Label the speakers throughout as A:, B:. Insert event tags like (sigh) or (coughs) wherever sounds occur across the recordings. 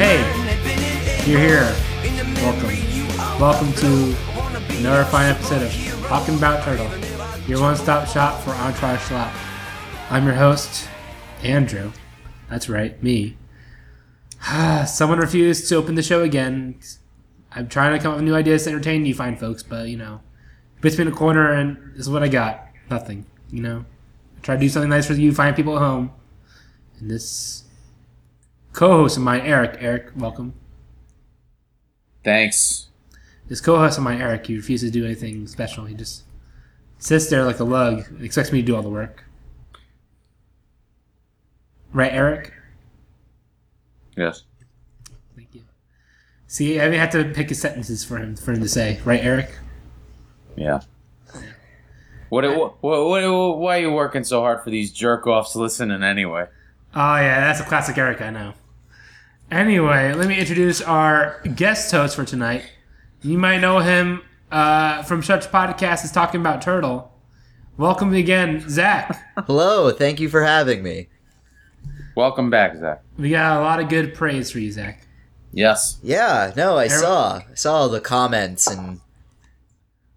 A: Hey, you're here. Welcome. Welcome to another fine episode of Talking About Turtle, your one stop shop for Entourage Slop. I'm your host, Andrew. That's right, me. (sighs) Someone refused to open the show again. I'm trying to come up with new ideas to entertain you, fine folks, but you know, puts me in a corner and this is what I got. Nothing, you know. I try to do something nice for you, fine people at home. And this co-host of mine, Eric. Eric, welcome.
B: Thanks.
A: This co-host of mine, Eric, he refuses to do anything special. He just sits there like a lug and expects me to do all the work. Right, Eric?
B: Yes.
A: Thank you. See, I even have to pick his sentences for him for him to say. Right, Eric?
B: Yeah. What, what, what, what, why are you working so hard for these jerk offs listening anyway?
A: Oh yeah, that's a classic Eric I know. Anyway, let me introduce our guest host for tonight. You might know him uh, from Shut's podcast is talking about turtle. Welcome again, Zach.
C: Hello, thank you for having me.
B: Welcome back, Zach.
A: We got a lot of good praise for you, Zach.
B: Yes.
C: Yeah, no, I saw I saw the comments and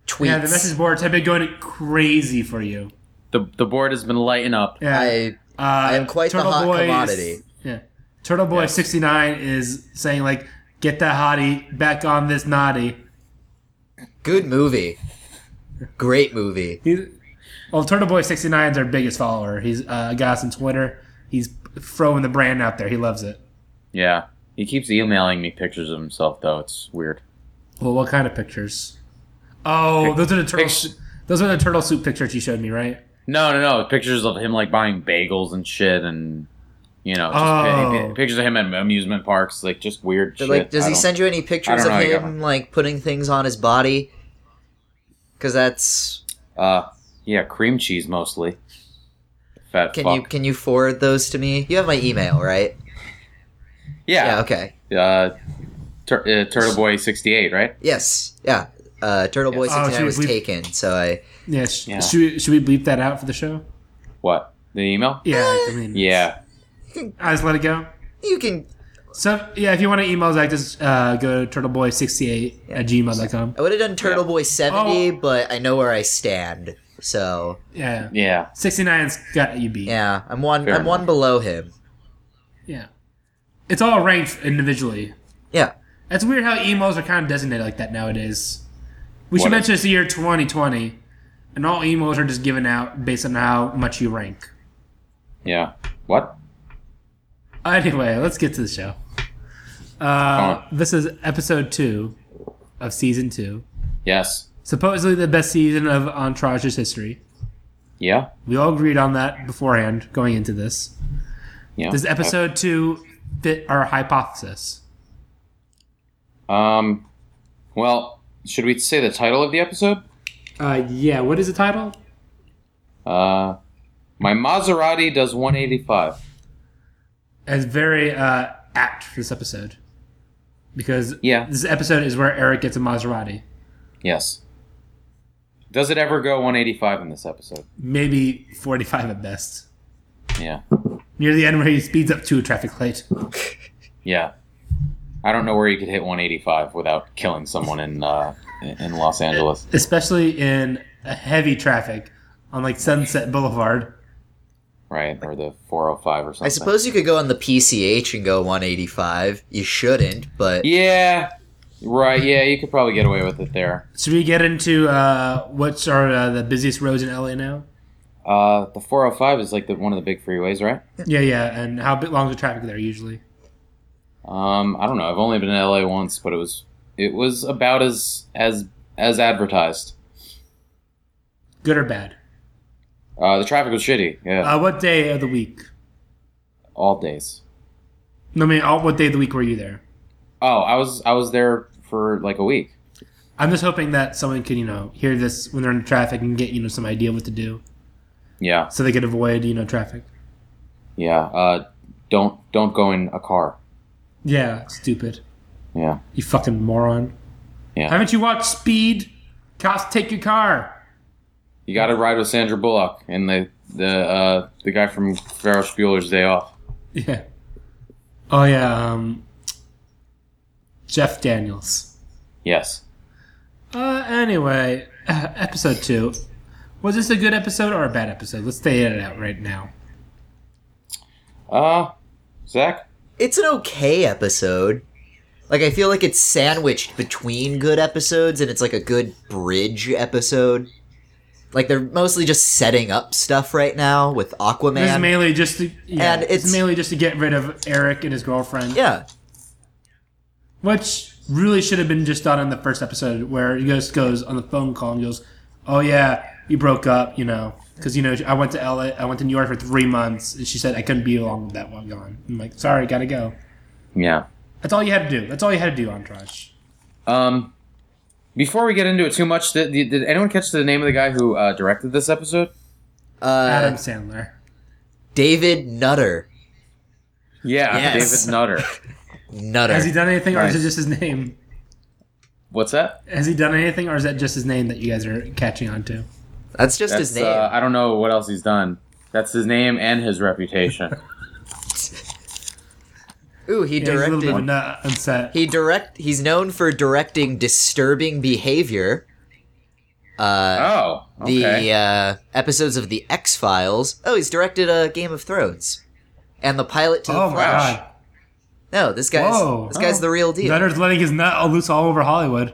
C: tweets.
A: Yeah, the message boards have been going crazy for you.
B: The, the board has been lighting up.
A: Yeah,
C: I
A: uh,
C: I am quite the hot commodity.
A: Yeah, Turtle Boy
B: Yes.
A: sixty nine is saying like, "Get that hottie back on this naughty."
C: good movie, great movie.
A: He's, well, Turtle Boy 69 is our biggest follower. He's uh, got us on Twitter. He's throwing the brand out there. He loves it.
B: Yeah. He keeps emailing me pictures of himself, though. It's weird.
A: Well, what kind of pictures? Oh, those are the turtle.
B: Pict-
A: those are the turtle soup pictures you showed me, right?
B: No, no, no. Pictures of him, like, buying bagels and shit and. You know, just
A: Oh.
B: pi- pi- pictures of him at amusement parks, like just weird
C: But
B: shit.
C: like, does
B: I
C: he
B: don't-
C: send you any pictures
B: I
C: of
B: don't know, I got
C: him like putting things on his body? Because that's
B: Uh, yeah, cream cheese mostly. Fat
C: can
B: fuck.
C: you can you forward those to me? You have my email, right?
B: yeah,
C: okay.
B: uh, tur- uh, Turtle Boy sixty eight, right?
C: Yes. Yeah. Uh, Turtle Boy
A: Oh,
C: 69
A: shoot,
C: was
A: we-
C: taken, so I
A: Yeah. Sh-
B: Yeah.
A: Should, we, should we bleep that out for the show?
B: What the email?
A: Yeah.
C: Eh.
A: I mean,
B: Yeah,
A: I just let it go.
C: you can.
A: So yeah, if you want to email Zach, just uh, go to turtleboy68 at gmail.com.
C: I would have done Turtle
B: Yeah.
C: Boy 70,
A: Oh.
C: but I know where I stand. So
A: Yeah.
B: yeah.
A: 69's got you beat.
C: yeah, I'm one.
B: Fair
C: I'm one below him.
A: Yeah. It's all ranked individually.
C: Yeah.
A: It's weird how emos are kind of designated like that nowadays. We should
B: What
A: mention it's the year 2020, and all emos are just given out based on how much you rank.
B: Yeah. What?
A: Anyway, let's get to the show. Uh,
B: Alright.
A: this is episode two of season two,
B: Yes.
A: supposedly the best season of Entourage's history.
B: Yeah.
A: We all agreed on that beforehand going into this.
B: Yeah.
A: Does episode two fit our hypothesis?
B: Um. Well, should we say the title of the episode?
A: Uh, yeah. What is the title?
B: Uh, my Maserati does one eighty five.
A: is very uh, apt for this episode because
B: Yeah.
A: this episode is where Eric gets a Maserati.
B: Yes. Does it ever go one eighty five in this episode?
A: Maybe 45 at best.
B: Yeah.
A: Near the end, where he speeds up to a traffic light.
B: Yeah. I don't know where you could hit one eighty five without killing someone in uh, in Los Angeles.
A: Especially in a heavy traffic on like Sunset Boulevard.
B: right? Or the 405 or something.
C: I suppose you could go on the PCH and go 185. You shouldn't, but
B: Yeah. Right. Yeah, you could probably get away with it there.
A: Should we get into uh, what's are uh, the busiest roads in LA now?
B: Uh, the 405 is like the one of the big freeways, right?
A: Yeah, yeah, and how bit long is the traffic there usually?
B: Um, I don't know. I've only been in LA once, but it was it was about as as as advertised.
A: Good or bad?
B: Uh, the traffic was shitty. Yeah,
A: Uh, what day of the week?
B: all days.
A: No, I mean, all, what day of the week were you there?
B: Oh, I was I was there for like a week.
A: I'm just hoping that someone can, you know, hear this when they're in traffic and get, you know, some idea what to do
B: Yeah,
A: so they could avoid, you know, traffic.
B: yeah. Uh, don't don't go in a car.
A: Yeah, stupid.
B: Yeah.
A: You fucking moron.
B: Yeah.
A: Haven't you watched Speed? Cops take your car.
B: You got to ride with Sandra Bullock and the the uh, the guy from Ferris Bueller's Day Off.
A: (laughs) Yeah. Oh yeah. Um, Jeff Daniels.
B: Yes.
A: Uh, anyway, uh, episode two. Was this a good episode or a bad episode? Let's stay it out right now.
B: Uh, Zach.
C: It's an okay episode. Like I feel like it's sandwiched between good episodes and it's like a good bridge episode. Like they're mostly just setting up stuff right now with
A: This is
C: Aquaman.
A: mainly just to, yeah,
C: And
A: it's,
C: it's-
A: mainly just to get rid of Eric and his girlfriend.
C: yeah.
A: Which really should have been just done in the first episode where he just goes on the phone call and goes, "Oh yeah, we broke up," you know, because you know I went to LA, I went to New York for three months, and she said I couldn't be along with that one gone. I'm like, sorry, gotta go.
B: Yeah.
A: That's all you had to do. That's all you had to do, Entourage.
B: Um, before we get into it too much, did, did did anyone catch the name of the guy who uh, directed this episode?
C: Uh,
A: Adam Sandler.
C: David Nutter.
B: Yeah,
C: Yes.
B: Uh, David Nutter.
C: Nutter.
A: Has he done anything, or
B: Nice.
A: is it just his name?
B: What's that?
A: Has he done anything, or is that just his name that you guys are catching on to?
C: That's just
B: That's,
C: his name.
B: Uh, I don't know what else he's done. That's his name and his
C: (laughs)
B: reputation.
C: Ooh,
A: Yeah,
C: he
A: he's a little bit
C: directed.
A: nut on set.
C: He direct. He's known for directing disturbing behavior. Uh,
B: oh, okay.
C: The uh, episodes of the X Files. Oh, he's directed uh, Game of Thrones, and the pilot to
A: Oh
C: the
A: my
C: Flash.
A: god,
C: No, this guy's
A: Whoa.
C: this guy's
B: Oh.
C: the real deal.
A: Nutter's letting his nut all loose all over Hollywood.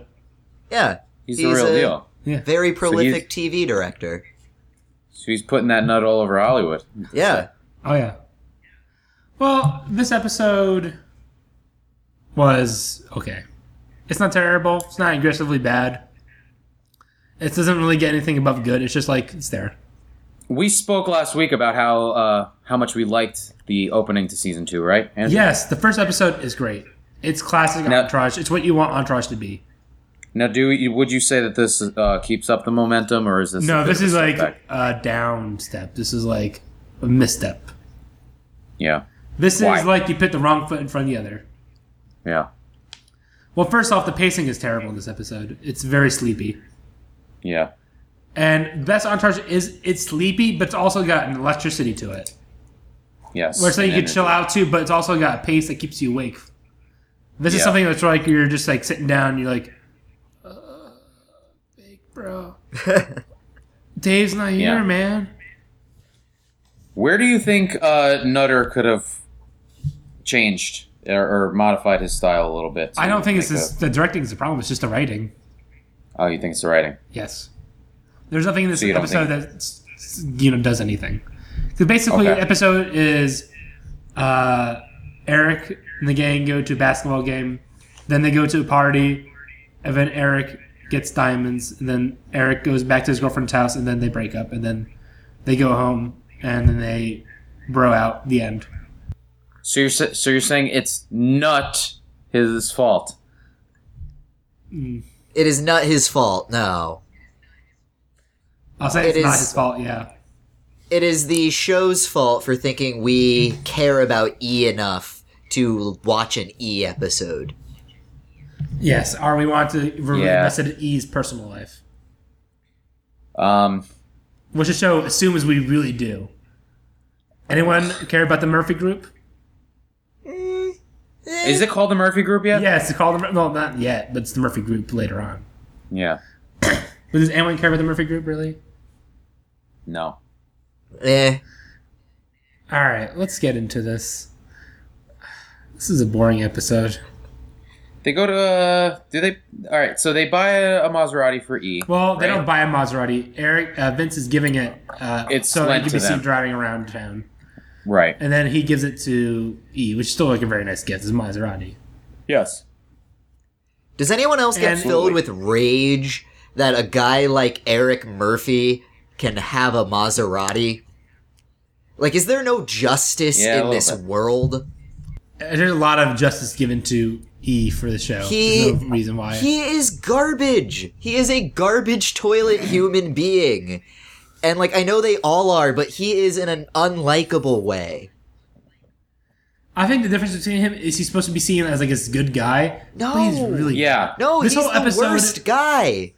C: Yeah,
B: he's,
C: he's
B: the real
C: a-
B: deal.
A: Yeah.
C: very prolific
B: he's- (laughs)
C: TV director.
B: So he's putting that nut all over Hollywood.
C: Yeah,
A: Oh yeah. Well, this episode was okay. It's not terrible. It's not aggressively bad. It doesn't really get anything above good. It's just like it's there.
B: We spoke last week about how uh, how much we liked the opening to season two, right? Andrew?
A: Yes, the first episode is great. It's classic
B: Now-
A: entourage. It's what you want entourage to be.
B: Now, do you, would you say that this uh, keeps up the momentum, or is this a
A: No,
B: bit
A: this
B: of a
A: is like
B: setback?
A: a down step. This is like a misstep.
B: yeah,
A: This
B: Why?
A: is like you put the wrong foot in front of the other.
B: yeah,
A: Well, first off, the pacing is terrible in this episode. It's very sleepy.
B: yeah.
A: And best entourage is it's sleepy, but it's also got an electricity to it.
B: Yes.
A: Where it's something you
B: And
A: can chill
B: energy.
A: out to, but it's also got a pace that keeps you awake. This is
B: Yeah.
A: something that's like you're just like sitting down, and you're like, uh, big
B: (laughs)
A: bro, Dave's not here,
B: Yeah.
A: man.
B: Where do you think uh, Nutter could have changed or, or modified his style a little bit? to
A: I don't think it's
B: make
A: this, the directing is the problem. It's just the writing.
B: a- oh, you think it's the writing?
A: Yes, there's nothing in this
B: So you don't
A: episode that you know does anything. So basically,
B: Okay.
A: episode is uh, Eric and the gang go to a basketball game, then they go to a party, and then Eric gets diamonds, and then Eric goes back to his girlfriend's house, and then they break up, and then they go home, and then they bro out. The end.
B: So you're sa- so you're saying it's not his fault.
C: it is not his fault. No,
A: I'll say
C: It
A: it's not
C: is-
A: his fault. Yeah,
C: it is the show's fault for thinking we care about E enough to watch an E episode.
A: yes. Or we want to we're
B: Yeah.
A: invested in E's personal life.
B: Um,
A: which the show assumes we really do. Anyone care about the Murphy Group?
B: is it called the Murphy Group yet?
A: Yes, it's called the well, not yet, but it's the Murphy Group later on.
B: Yeah.
A: But does anyone care about the Murphy Group really?
B: No.
C: Eh.
A: All right, let's get into this. This is a boring episode.
B: They go to uh, do they? All right. So they buy a, a Maserati for E.
A: Well, they
B: right?
A: don't buy a Maserati. Eric uh, Vince is giving it. Uh,
B: It's
A: so it
B: lent
A: can
B: to
A: be seen
B: them.
A: driving around town,
B: Right.
A: and then he gives it to E, which is still like a very nice gift. It's a Maserati.
B: Yes.
C: Does anyone else get
A: And-
C: filled with rage that a guy like Eric Murphy can have a Maserati? Like, is there no justice
B: Yeah, a
C: in
B: little
C: this
B: bit.
C: world?
A: Uh, There's a lot of justice given to E for the show.
C: He-
A: There's no reason why.
C: He is garbage. He is a
B: (clears throat)
C: garbage toilet human being. And, like, I know they all are, but he is in an unlikable way.
A: I think the difference between him is he's supposed to be seen as like this good guy.
C: No.
A: but he's really
B: Yeah.
C: No,
A: This
C: he's
A: whole
C: the
A: episode-
C: worst guy.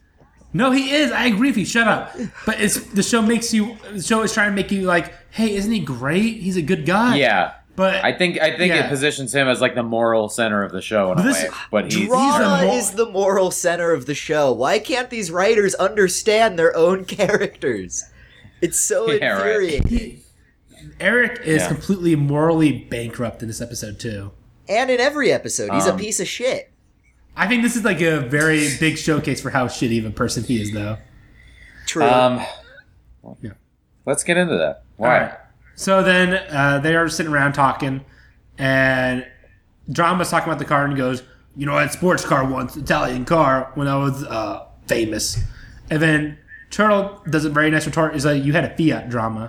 A: No, he is. I agree with you. Shut up. But it's the show makes you. The show is trying to make you like, hey, isn't he great? He's a good guy.
B: Yeah.
A: But
B: I think I think
A: Yeah.
B: it positions him as like the moral center of the show in
A: But
B: a
A: this-
B: way. But he's
C: Drama
A: mor-
C: is the moral center of the show. Why can't these writers understand their own (laughs) characters? It's so
B: (laughs) Yeah, right.
C: infuriating.
A: Eric is
B: Yeah.
A: completely morally bankrupt in this episode too.
C: And in every episode, he's
B: Um,
C: a piece of shit.
A: I think this is like a very big showcase for how shitty of a person he is, though.
C: True.
B: um
A: Yeah.
B: let's get into that. Why?
A: All right. So then uh, they are sitting around talking, and Drama's talking about the car and he goes, "You know, I had a sports car once, Italian car, when I was uh, famous." And then Turtle does a very nice retort. Is like, "You had a Fiat (laughs) drama,"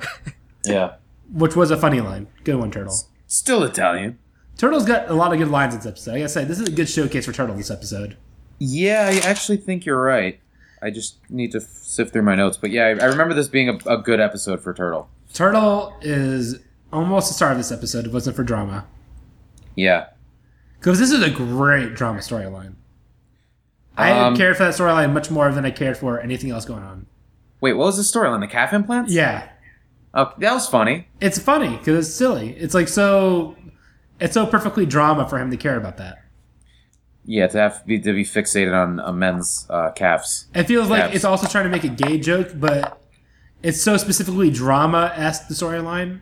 B: Yeah.
A: which was a funny line. Good one, Turtle.
B: Still Italian.
A: Turtle's got a lot of good lines in this episode. I gotta say, this is a good showcase for Turtle this episode.
B: Yeah, I actually think you're right. I just need to f- sift through my notes, but yeah, I, I remember this being a, a good episode for Turtle.
A: Turtle is almost the star of this episode. If it wasn't for drama,
B: Yeah,
A: because this is a great drama storyline. I
B: Um,
A: cared for that storyline much more than I cared for anything else going on.
B: Wait, what was the storyline? The calf implants?
A: Yeah,
B: Oh, that was funny.
A: it's funny because it's silly. It's like so, it's so perfectly drama for him to care about that.
B: Yeah, to have be, to be fixated on a men's uh, calves.
A: It feels like
B: Abs-
A: it's also trying to make a gay joke, but it's so specifically drama esque the storyline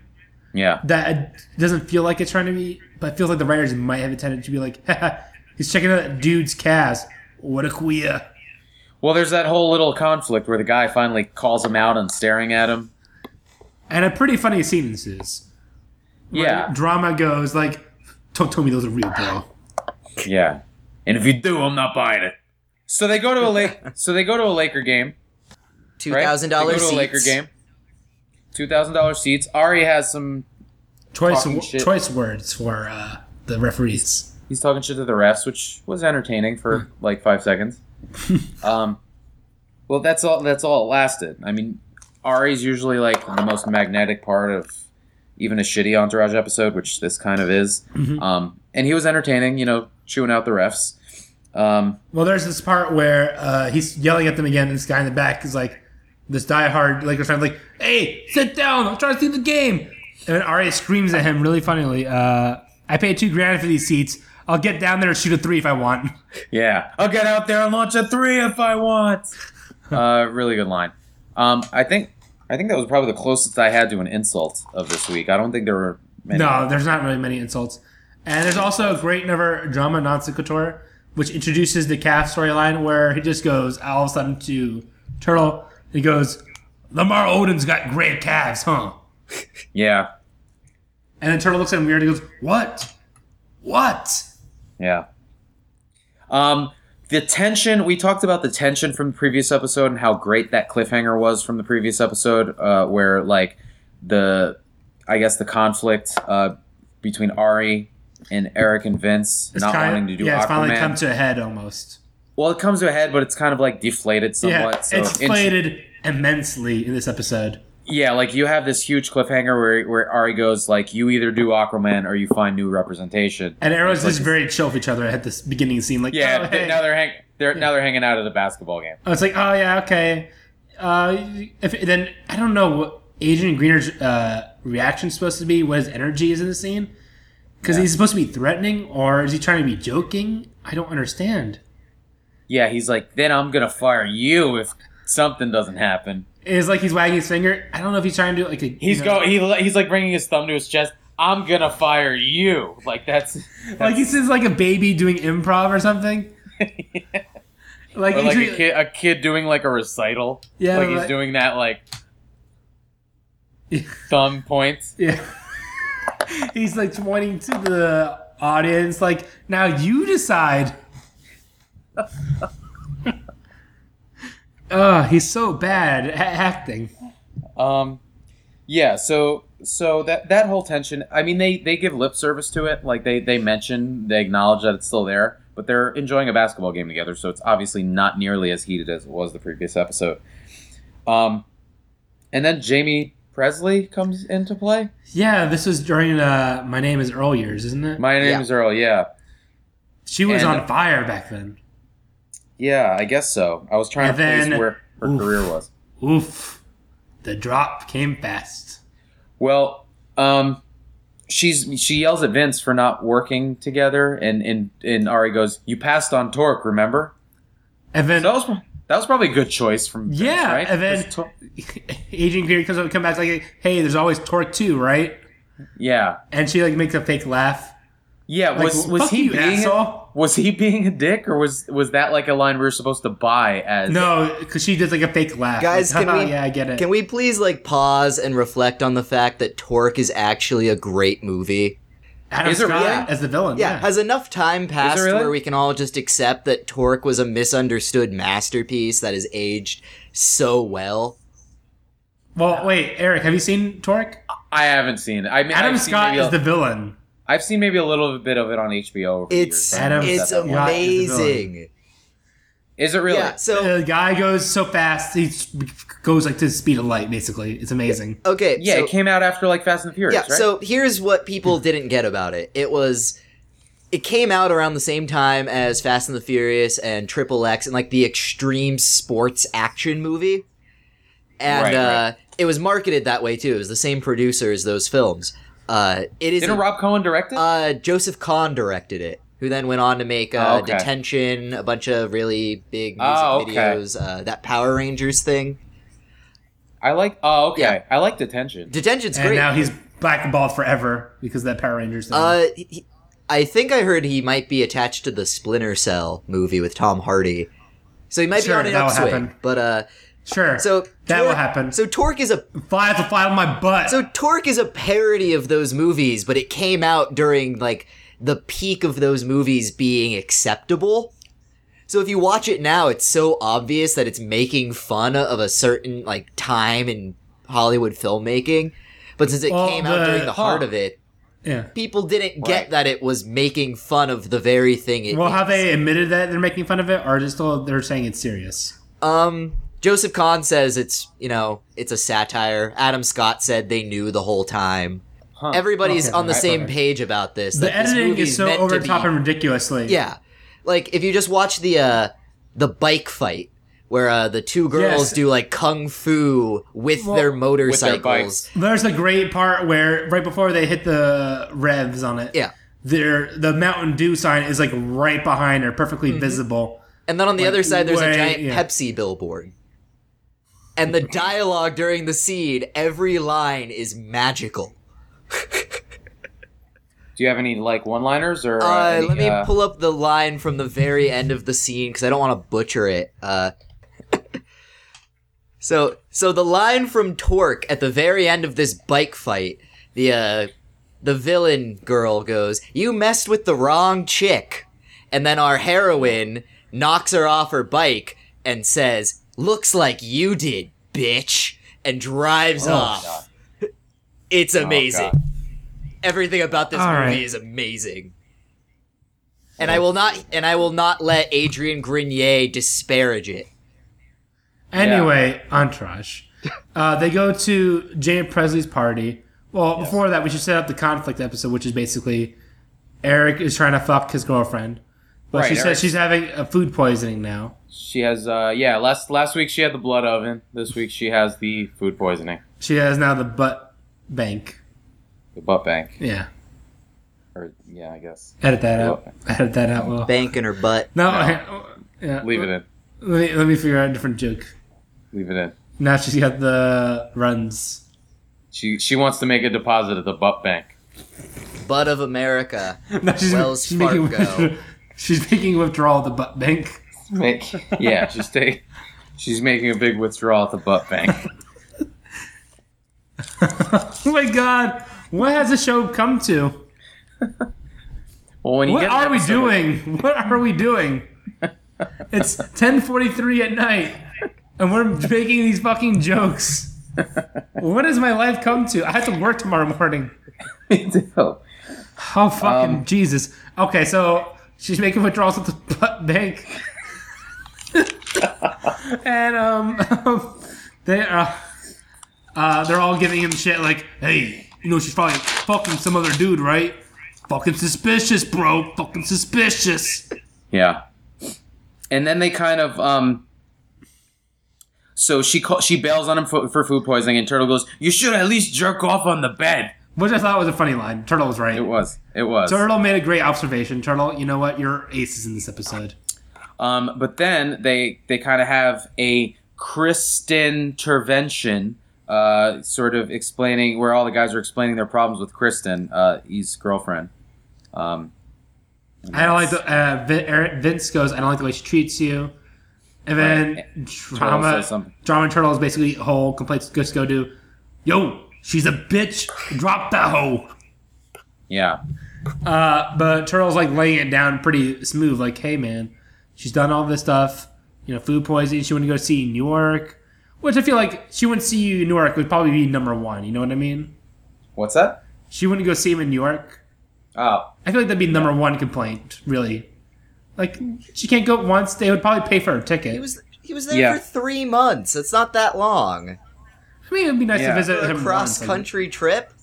B: Yeah,
A: that it doesn't feel like it's trying to be. But it feels like the writers might have intended to be like, Haha, he's checking out that dude's calves. What a queer.
B: Well, there's that whole little conflict where the guy finally calls him out and staring at him.
A: And a pretty funny scene ensues.
B: Yeah,
A: Drama goes like, "Don't tell me those are real, bro."
B: yeah. And if you do, I'm not buying it. So they go to a lake. so they go to a Laker game.
C: Two
B: Right?
C: thousand
B: They go
C: dollars
B: to a Laker game. Two thousand dollars seats. Ari has some.
A: Choice,
B: Talking shit.
A: choice words for uh, the referees.
B: He's talking shit to the refs, which was entertaining for
C: Hmm.
B: like five seconds.
C: (laughs)
B: um, well, that's all. That's all it lasted. I mean, Ari's usually like the most magnetic part of even a shitty Entourage episode, which this kind of is.
C: Mm-hmm.
B: Um, and he was entertaining, you know, chewing out the refs. Um,
A: Well, there's this part where uh, he's yelling at them again, and this guy in the back is like, this diehard Lakers fan, like, "Hey, sit down! I'm trying to see the game." And then Arya screams at him really funnily. Uh, I paid two grand for these seats. I'll get down there and shoot a three if I want. (laughs)
B: Yeah, I'll get out there and launch a three if I want. (laughs) uh, really good line. Um, I think I think that was probably the closest I had to an insult of this week. I don't think there were many.
A: No, there's not really many insults. And there's also a great never drama non sequitur, which introduces the calf storyline where he just goes all of a sudden to Turtle. He goes, Lamar Odin's got great calves, huh?
B: Yeah,
A: And then Turtle looks at him weird and goes, What? What?
B: yeah. Um, the tension we talked about the tension from the previous episode and how great that cliffhanger was from the previous episode, uh, where like the I guess the conflict uh, between Ari and Eric and Vince not
A: kinda-
B: wanting to do
A: yeah,
B: Aquaman.
A: it's finally come to a head almost.
B: Well, it comes to a head, but it's kind of like deflated
A: Yeah,
B: somewhat. so
A: it's inflated immensely in this episode.
B: yeah, like you have this huge cliffhanger where where Ari goes like, "You either do Aquaman or you find new representation."
A: And everyone's
B: It's
A: just
B: like-
A: very chill with each other at this beginning scene. Like,
B: yeah.
A: oh,
B: th-
A: hey.
B: Now they're hang- they're now they're hanging out at a basketball game.
A: Oh, it's like, oh yeah, okay. Uh, if then I don't know what Agent Greener's uh, reaction's supposed to be, what his energy is in the scene, because he's supposed to be threatening, or is he trying to be joking? I don't understand.
B: Yeah, he's like, "Then I'm gonna fire you if something doesn't happen."
A: It's like he's wagging his finger. I don't know if he's trying to do like a.
B: He's
A: you know-
B: go he li- he's like bringing his thumb to his chest. I'm gonna fire you. Like
A: (laughs)
B: that's,
A: like
B: that's-
A: he's just like a baby doing improv or
B: (laughs)
A: something. Like,
B: or
A: he's
B: like a
A: really-
B: kid a kid doing like a recital.
A: Yeah,
B: like he's
A: like-
B: doing that like
A: Yeah.
B: thumb points.
A: Yeah. (laughs) He's like pointing to the audience, like, now you decide. (laughs) Oh, he's so bad at acting.
B: Um, yeah. So so that that whole tension. I mean, they they give lip service to it. Like they they mention they acknowledge that it's still there, but they're enjoying a basketball game together. So it's obviously not nearly as heated as it was the previous episode. Um, and then Jamie Presley comes into play.
A: Yeah, this was during uh, My Name is Earl years, isn't it?
B: My name
C: Yeah.
B: is Earl. Yeah,
A: she was
B: and-
A: on fire back then.
B: yeah, I guess so. I was trying
A: And
B: to place
A: then-
B: where her
A: Oof.
B: career was.
A: Oof. The drop came fast.
B: Well, um, she's she yells at Vince for not working together, and and and Ari goes, "You passed on Torque, remember?"
A: And then,
B: That was that was probably a good choice from Vince,
A: Yeah,
B: right?
A: and then-
B: 'Cause Tor-
A: (laughs) Agent Gary comes up and comes back like, "Hey, there's always Torque too, right?"
B: yeah,
A: And she like makes a fake laugh.
B: yeah.
A: Like,
B: was was
A: "Fuck
B: he
A: you,
B: being
A: asshole."
B: was he being a dick, or was was that like a line we were supposed to buy as
A: No, because she does like a fake laugh. (laughs)
C: Guys,
A: Like,
C: can we?
A: Oh, yeah, I get it.
C: Can we please like pause and reflect on the fact that Torque is actually a great movie?
A: Adam
B: Is it
A: Scott
B: really?
A: as the villain.
C: Yeah,
A: Oh, Yeah,
C: has enough time passed
B: really?
C: where we can all just accept that Torque was a misunderstood masterpiece that has aged so well?
A: Well, wait, Eric, have you seen Torque?
B: I haven't seen it. I mean,
A: Adam
B: I've
A: Scott
B: seen
A: is
B: maybe a-
A: the villain.
B: I've seen maybe a little bit of it on HBO. Over the
C: It's
B: years. I haven't
C: it's
B: seen that one.
A: Scott is the villain.
C: amazing.
B: Is it really?
C: Yeah, so
A: The guy goes so fast, he s- goes like to the speed of light. Basically, it's amazing.
C: okay,
B: Yeah,
C: so-
B: it came out after like Fast and the Furious,
C: yeah.
B: right? Hmm.
C: So here's what people didn't get about it. It was it came out around the same time as Fast and the Furious and Triple X and like the extreme sports action movie, and
B: Right,
C: uh,
B: right.
C: it was marketed that way too. It was the same producer as those films. Uh, it is
B: Didn't Rob Cohen direct it?
C: uh, Joseph Kahn directed it, who then went on to make uh,
B: Oh, okay.
C: Detention, a bunch of really big music
B: Oh, okay.
C: videos, uh, that Power Rangers thing.
B: I like. Oh, okay.
C: yeah.
B: I like Detention.
C: Detention's
A: And
C: great.
A: now he's blackballed forever because of that Power Rangers thing.
C: Uh, he- he- I think I heard he might be attached to the Splinter Cell movie with Tom Hardy, so he might
A: Sure,
C: be on an
A: that will
C: upswing.
A: happen.
C: But uh,
A: sure.
C: so
A: that
C: Torque-
A: will happen.
C: So Torque is a
A: fly to fly on my butt.
C: so Torque is a parody of those movies, but it came out during like the peak of those movies being acceptable. So if you watch it now, it's so obvious that it's making fun of a certain like time in Hollywood filmmaking. But since it
A: Well,
C: came out during
A: the-
C: the heart of it,
A: yeah.
C: people didn't
B: Right.
C: get that it was making fun of the very thing it
A: Well,
C: is.
A: have they admitted that they're making fun of it, or just still they're saying it's serious?
C: Um, Joseph Kahn says it's you know it's a satire. Adam Scott said they knew the whole time.
B: Huh.
C: Everybody's
A: Oh, Okay,
C: on the
A: right,
C: same
A: perfect.
C: page about this.
A: The
C: that this
A: editing
C: movie's
A: is so
C: meant to
A: over the
C: be-
A: top and ridiculously.
C: yeah, like if you just watch the uh the bike fight where uh, the two girls
A: Yes.
C: do like kung fu with
A: Well-
C: their
B: bikes.
C: motorcycles.
A: There's a great part where right before they hit the revs on it,
C: yeah,
A: their the Mountain Dew sign is like right behind her,
B: Mm-hmm.
A: perfectly visible.
C: and then on the other side there's
A: way-
C: a giant
A: yeah.
C: Pepsi billboard. And the dialogue during the scene, every line is magical.
B: Do you have any like one-liners or? Uh,
C: Uh,
B: any,
C: let me
B: uh,
C: pull up the line from the very end of the scene because I don't want to butcher it. Uh, (coughs) so, so the line from Torque at the very end of this bike fight, the uh, the villain girl goes, "You messed with the wrong chick," and then our heroine knocks her off her bike and says, "Looks like you did, bitch," and drives off.
B: Oh, God.
C: It's amazing.
B: Oh, God.
C: Everything about this
A: All
C: movie
A: right.
C: is amazing. And I will not and I will not let Adrian Grenier disparage it.
A: Anyway,
B: (laughs)
A: entourage. uh, they go to Janet Presley's party. Well, before that, we should set up the conflict episode, which is basically Eric is trying to fuck his girlfriend, but
B: Right,
A: she says
B: Eric's-
A: she's having a food poisoning now.
B: She has. Uh, yeah. Last last week she had the blood oven. This week she has the food poisoning.
A: She has now the butt bank.
B: The butt bank.
A: Yeah,
B: Or yeah, I guess.
A: edit that out. Edit that out. Well,
C: Bank in her butt.
A: no,
B: No.
A: (laughs) yeah.
B: Leave it in.
A: Let me, let me figure out a different joke.
B: Leave it in.
A: Now she's got the runs.
B: She she wants to make a deposit at the butt bank.
C: Butt of America.
A: (laughs) Now she's,
C: Wells
A: she's making
C: Fargo.
A: she's making withdrawal at the butt bank. (laughs)
B: Make (laughs) yeah, she's take. She's making a big withdrawal at the butt bank.
A: Oh my god, what has the show come to?
B: Well, when you
A: What
B: get an
A: are we
B: episode like-
A: doing? What are we doing? It's 10:43 at night, and we're making these fucking jokes. What has my life come to? I have to work tomorrow morning.
B: Me too.
A: (laughs) Oh fucking
B: Um,
A: Jesus! Okay, so she's making withdrawals at the butt bank, (laughs) and um, they uh, uh, they're all giving him shit like, hey, you know she's probably fucking some other dude, right? Fucking suspicious, bro. Fucking suspicious.
B: Yeah. And then they kind of um so she call, she bails on him for, for food poisoning and Turtle goes, "You should at least jerk off on the bed."
A: Which I thought was a funny line. Turtle was
B: It
A: right.
B: was. It was.
A: Turtle made a great observation. Turtle, you know what? Your ace is in this episode.
B: Um but then they they kind of have a Kristen intervention uh sort of explaining where all the guys are explaining their problems with Kristen, uh his girlfriend. Um
A: I don't like the uh, Vin- Eric- Vince goes. I don't like the way she treats you. And then
B: Turtle
A: drama,
B: says something.
A: drama turtle is basically whole complaints. Just go do, yo, she's a bitch. Drop that hoe.
B: yeah.
A: Uh, but turtle's like laying it down pretty smooth. Like, hey man, she's done all this stuff. You know, food poisoning. She wouldn't go see New York, which I feel like she wouldn't see you in New York would probably be number one. You know what I mean?
B: What's that?
A: She wouldn't go see him in New York.
B: Oh,
A: I feel like that'd be number one complaint, really. Like she can't go once; they would probably pay for her ticket.
C: He was he was there
B: Yeah.
C: for three months. It's not
A: (laughs)
C: that long.
A: I mean, it'd be nice
B: Yeah.
A: to visit
C: A
A: him once.
C: cross
A: like-
C: country trip.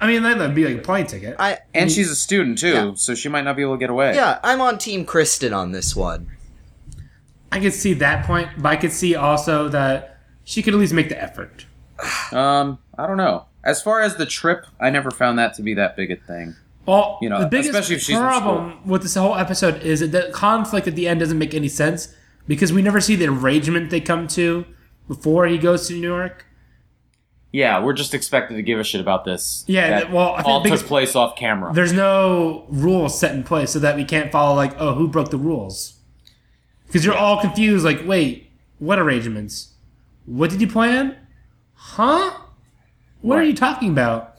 A: I mean, that'd be like a plane ticket.
C: I
B: and she's a student too,
C: Yeah.
B: so she might not be able to get away.
C: yeah, I'm on Team Kristen on this one.
A: I could see that point, but I could see also that she could at least make the effort.
B: Um, I don't know. As far as the trip, I never found that to be that big a thing.
A: Well,
B: You know,
A: the biggest
B: especially if she's in
A: problem with this whole episode is that the conflict at the end doesn't make any sense because we never see the arrangement they come to before he goes to New York.
B: Yeah, we're just expected to give a shit about this.
A: Yeah,
B: That
A: th- well, I think
B: all
A: the biggest-
B: took place off camera.
A: There's no rules set in place so that we can't follow like, oh, who broke the rules? Because you're all confused. Like, wait, what arrangements? What did you plan? Huh? What are
B: Right.
A: you talking about?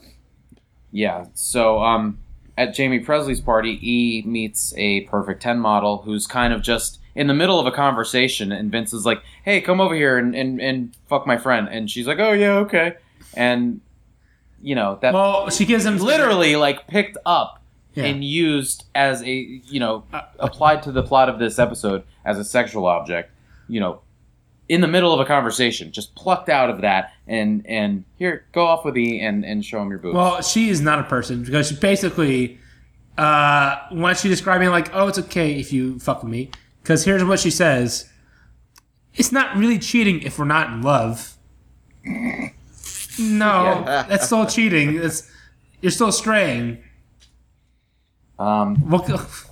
B: yeah, so um, at Jamie Presley's party, E meets a perfect ten model who's kind of just in the middle of a conversation, and Vince is like, "Hey, come over here and and, and fuck my friend," and she's like, "Oh yeah, okay," and you know that
A: Well, she gives him
B: literally like picked up
A: Yeah.
B: and used as a you know applied to the plot of this episode as a sexual object you know in the middle of a conversation just plucked out of that and and here go off with E and and show him your boobs
A: Well, she is not a person because she basically, uh, once she described me like, oh, it's okay if you fuck with me, because here's what she says: it's not really cheating if we're not in love. No,
B: (laughs) Yeah.
A: that's still cheating. That's you're still straying.
B: um
A: What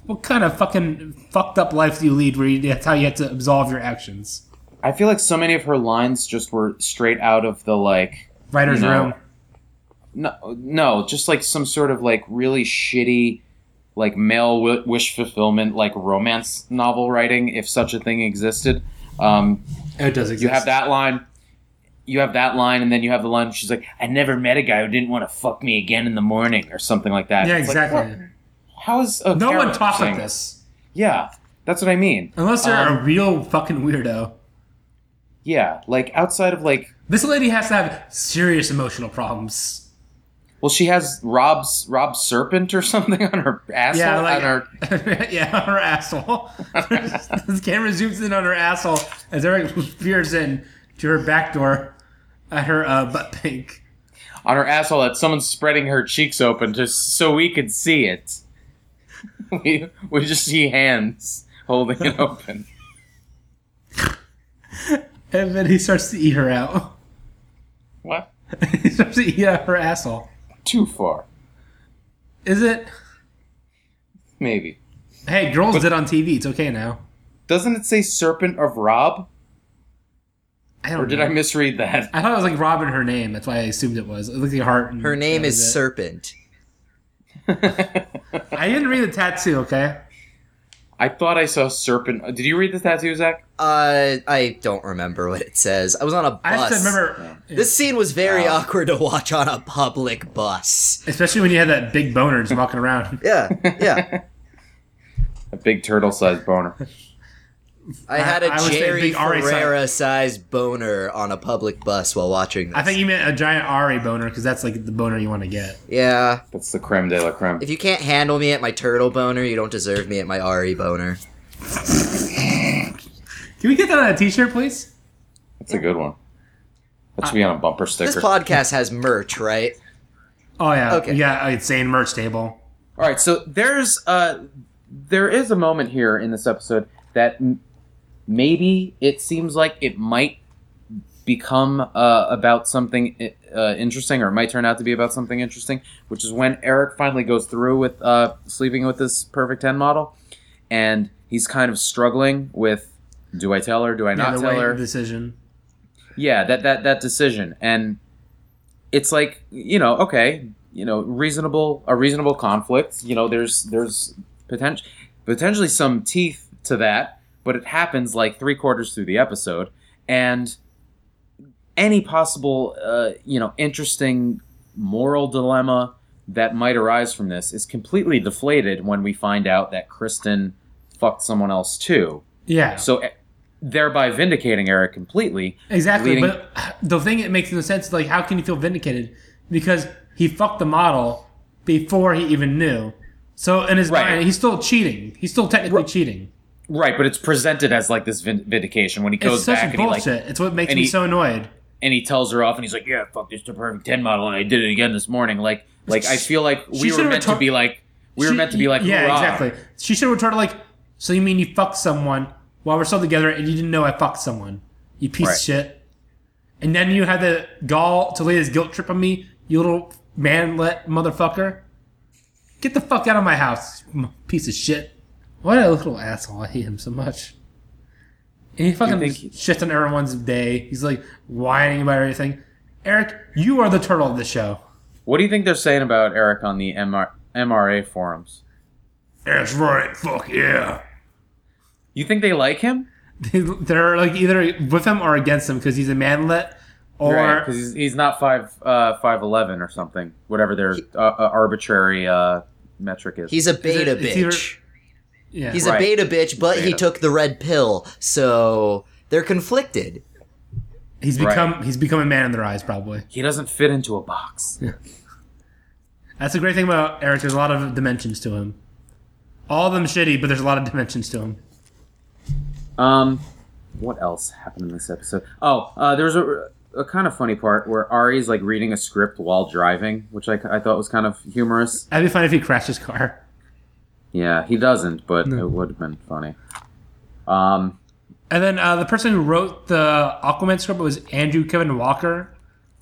A: what kind of fucking fucked up life do you lead where you, that's how you have to absolve your actions?
B: i feel like so many of her lines just were straight out of the like
A: Writer's
B: You know,
A: room.
B: no no just like some sort of like really shitty like male w- wish fulfillment like romance novel writing if such a thing existed um
A: It does exist.
B: You have that line. You have that line, and then you have the line. She's like, "I never met a guy who didn't want to fuck me again in the morning," or something like that.
A: Yeah,
B: It's like,
A: exactly.
B: what- how is a
A: no one
B: character
A: talks like
B: saying-
A: this
B: Yeah, that's what I mean.
A: unless they're
B: Um,
A: a real fucking weirdo.
B: Yeah, like outside of like,
A: This lady has to have serious emotional problems. (laughs)
B: well, she has Rob's Rob Serpent or (laughs) something on her asshole.
A: Yeah,
B: on
A: like
B: her,
A: yeah, on her asshole. (laughs) this camera zooms in on her asshole as Eric peers in to her back door at her uh, butt pink.
B: on her asshole that someone's spreading her cheeks open just so we could see it. (laughs) we we just see hands holding it (laughs) open.
A: And then he starts to eat her out. (laughs)
B: what?
A: he starts to eat out her asshole.
B: Too far,
A: Is it?
B: maybe.
A: Hey, girls did on TV. It's okay now.
B: Doesn't it say Serpent of Rob?
A: I don't
B: Or did
A: know.
B: I misread that? (laughs)
A: I thought it was like Robin her name. That's why I assumed it was. It looked like a heart. and
C: Her name
A: that
C: is
A: was it.
C: Serpent.
A: I didn't read the tattoo, okay?
B: I thought I saw serpent. Did you read the tattoo, Zach?
C: Uh, I don't remember what it says. I was on a bus.
A: I just remember.
C: This scene was very
B: Wow.
C: awkward to watch on a public bus.
A: Especially when you had that big boner just walking around.
C: Yeah, yeah.
B: A big turtle-sized boner.
C: I had a
A: I was a
C: Jerry
A: big RA size.
C: Ferrera-sized boner on a public bus while watching this.
A: I think you meant a giant Ari boner because that's like the boner you want to get.
C: yeah.
B: That's the creme de la creme.
C: If you can't handle me at my turtle boner, you don't deserve me at my RE boner.
A: Can we get that on a T-shirt, please?
B: That's a good one. That should be on a bumper sticker.
C: This podcast has merch, right?
A: Oh yeah,
C: Okay.
A: yeah, insane merch table.
B: All right, so there's uh there is a moment here in this episode that m- maybe it seems like it might become uh, about something uh, interesting, or it might turn out to be about something interesting, which is when Eric finally goes through with uh, sleeping with this perfect ten model, and he's kind of struggling with, do I tell her? Do I
A: yeah,
B: not
A: the
B: tell
A: way
B: her?
A: decision.
B: yeah that that that decision and it's like you know okay you know reasonable a reasonable conflict you know there's there's potential potentially some teeth to that but it happens like three quarters through the episode and any possible uh, you know interesting moral dilemma that might arise from this is completely deflated when we find out that kristen fucked someone else too
A: Yeah,
B: so eh, thereby vindicating eric completely
A: exactly.
B: leading-
A: But the thing that makes no sense is like, how can you feel vindicated? Because he fucked the model before he even knew. So in his
B: Right.
A: mind, he's still cheating. He's still technically cheating.
B: Right, but it's presented as like this vin- vindication when he goes
A: It's such
B: back and he, like,
A: bullshit. it's what makes
B: and
A: me
B: he-
A: so annoyed.
B: and he tells her off and he's like, "Yeah, fuck this to perfect ten model," and I did it again this morning. Like, like I feel like we were
A: should've
B: meant to
A: retar-
B: be like we were
A: She-
B: meant to be like
A: yeah,
B: "Hurrah."
A: exactly. She should have returned like, so you mean you fucked someone while we're still together and you didn't know I fucked someone? You piece
B: Right.
A: of shit. And then you had the gall to lay this guilt trip on me, you little manlet motherfucker. Get the fuck out of my house, m- piece of shit. What a little asshole! I hate him so much. And he fucking
B: think he-
A: shits on everyone's day. He's like whining about everything. Eric, you are the turtle of the show.
B: What do you think they're saying about Eric on the MR- MRA forums?
A: That's right. Fuck yeah.
B: You think they like him?
A: (laughs) they're like either with him or against him because he's a manlet or
B: right, because he's, he's not five uh, five eleven or something. Whatever their uh, uh, arbitrary uh, metric is.
C: He's a beta
A: it's either-
C: bitch.
A: yeah.
C: He's
B: Right.
C: a beta bitch, but he
B: Beta.
C: took the red pill, so they're conflicted.
A: he's
B: Right.
A: become he's become a man in their eyes probably
B: he doesn't fit into a box.
A: that's the great thing about eric there's a lot of dimensions to him all of them shitty but there's a lot of dimensions to him
B: Um, what else happened in this episode? Oh, uh, there was a, a kind of funny part where Ari's like reading a script while driving, which I, I thought was kind of humorous.
A: that'd be fun if he crashed his car
B: Yeah, he doesn't, but it would have been funny. Um,
A: and then uh, the person who wrote the aquaman script was andrew kevin walker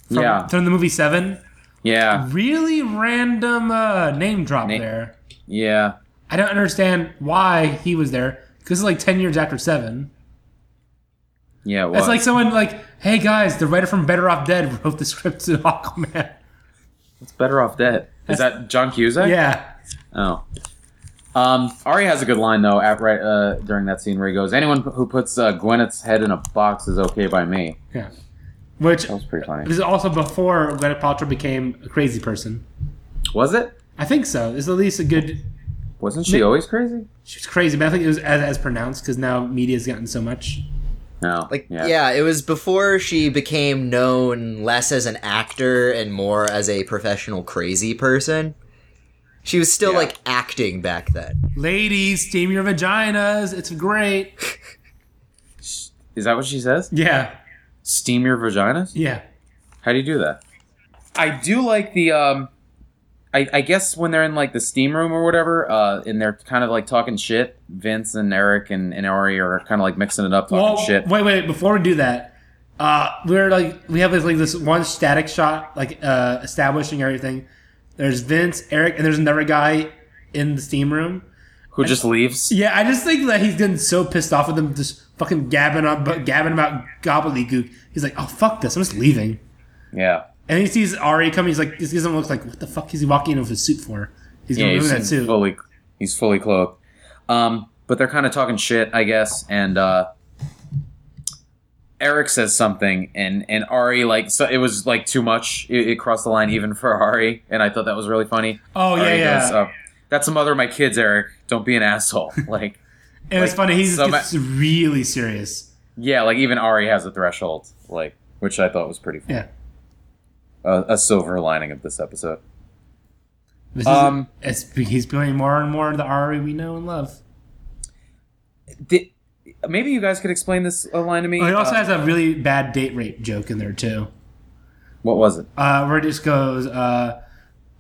A: from,
B: yeah,
A: from the movie seven
B: yeah,
A: really random uh, name drop
B: Na-
A: there
B: yeah.
A: i don't understand why he was there because it's like 10 years after seven
B: Yeah, it was.
A: It's like someone like, hey guys, the writer from Better Off Dead (laughs) wrote the script to Aquaman.
B: it's better off dead. Is that John Cusack?
A: yeah.
B: Oh. Um, Ari has a good line though at, right uh, during that scene where he goes, "Anyone who puts uh, Gwyneth's head in a box is okay by me."
A: Yeah. Which
B: That was
A: this
B: pretty funny.
A: is also before Gwyneth Paltrow became a crazy person.
B: Was it?
A: I think so. It's at least a good.
B: Wasn't she always crazy?
A: She was crazy, but I think it was as, as pronounced because now media's gotten so much.
B: No.
C: Like, yeah. it was before she became known less as an actor and more as a professional crazy person. She was still
B: Yeah.
C: like acting back then.
A: Ladies, steam your vaginas. It's great.
B: Is that what she says?
A: Yeah.
B: Steam your vaginas?
A: Yeah.
B: How do you do that? I do like the um I, I guess when they're in like the steam room or whatever, uh, and they're kind of like talking shit, Vince and Eric and, and Ari are kind of like mixing it up, talking
A: Well,
B: shit.
A: wait, wait. Before we do that, uh, we're like we have this like this one static shot, like uh, establishing everything. There's Vince, Eric, and there's another guy in the steam room.
B: Who just leaves?
A: Yeah, I just think that he's getting so pissed off with them, just fucking gabbing up, gabbing about gobbledygook. He's like, "Oh fuck this, I'm just leaving."
B: Yeah.
A: And he sees Ari coming. He's like, "This doesn't look like what the fuck is he walking in with his suit for?" He's gonna
B: Yeah,
A: ruin that
B: he's
A: suit.
B: fully he's fully clothed. Um, but they're kind of talking shit, I guess, and uh, Eric says something, and and Ari like so it was like too much. It, it crossed the line even for Ari, and I thought that was really funny.
A: Oh, yeah,
B: Ari
A: yeah.
B: goes, uh, That's the mother of my kids, Eric. Don't be an asshole. (laughs) like
A: And it's funny. He just
B: so
A: gets really serious.
B: yeah, like even Ari has a threshold, like which I thought was pretty funny.
A: Yeah.
B: Uh, a silver lining of this episode.
A: This
B: Um,
A: is, it's, he's becoming more and more the Ari we know and love.
B: Did, maybe you guys could explain this uh, line to me.
A: Well, Oh, he also
B: Uh,
A: has a really bad date rape joke in there too.
B: What was it?
A: Uh, where it just goes, uh,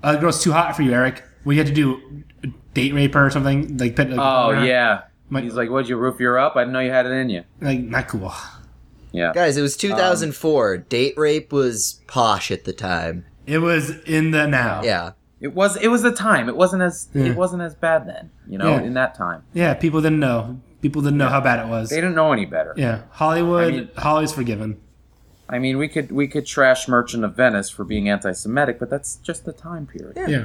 A: "A girl's too hot for you, Eric." We had to do date rape her or something. Like, put, like
B: Oh yeah.
A: My-
B: He's like, "What'd you roof her up? I didn't know you had it in you."
A: like not cool.
B: Yeah.
C: Guys, it was 2004. Date rape was posh at the time.
A: It was in the now.
C: Yeah.
B: It was it was the time. It wasn't as
A: Yeah.
B: it wasn't as bad then. You know,
A: Yeah.
B: in that time,
A: yeah. People didn't know. People didn't know how bad it was.
B: they didn't know any better.
A: Yeah, Hollywood.
B: I mean-
A: Holly's forgiven.
B: I mean, we could we could trash Merchant of Venice for being anti-Semitic, but that's just the time period.
C: Yeah.
A: Yeah.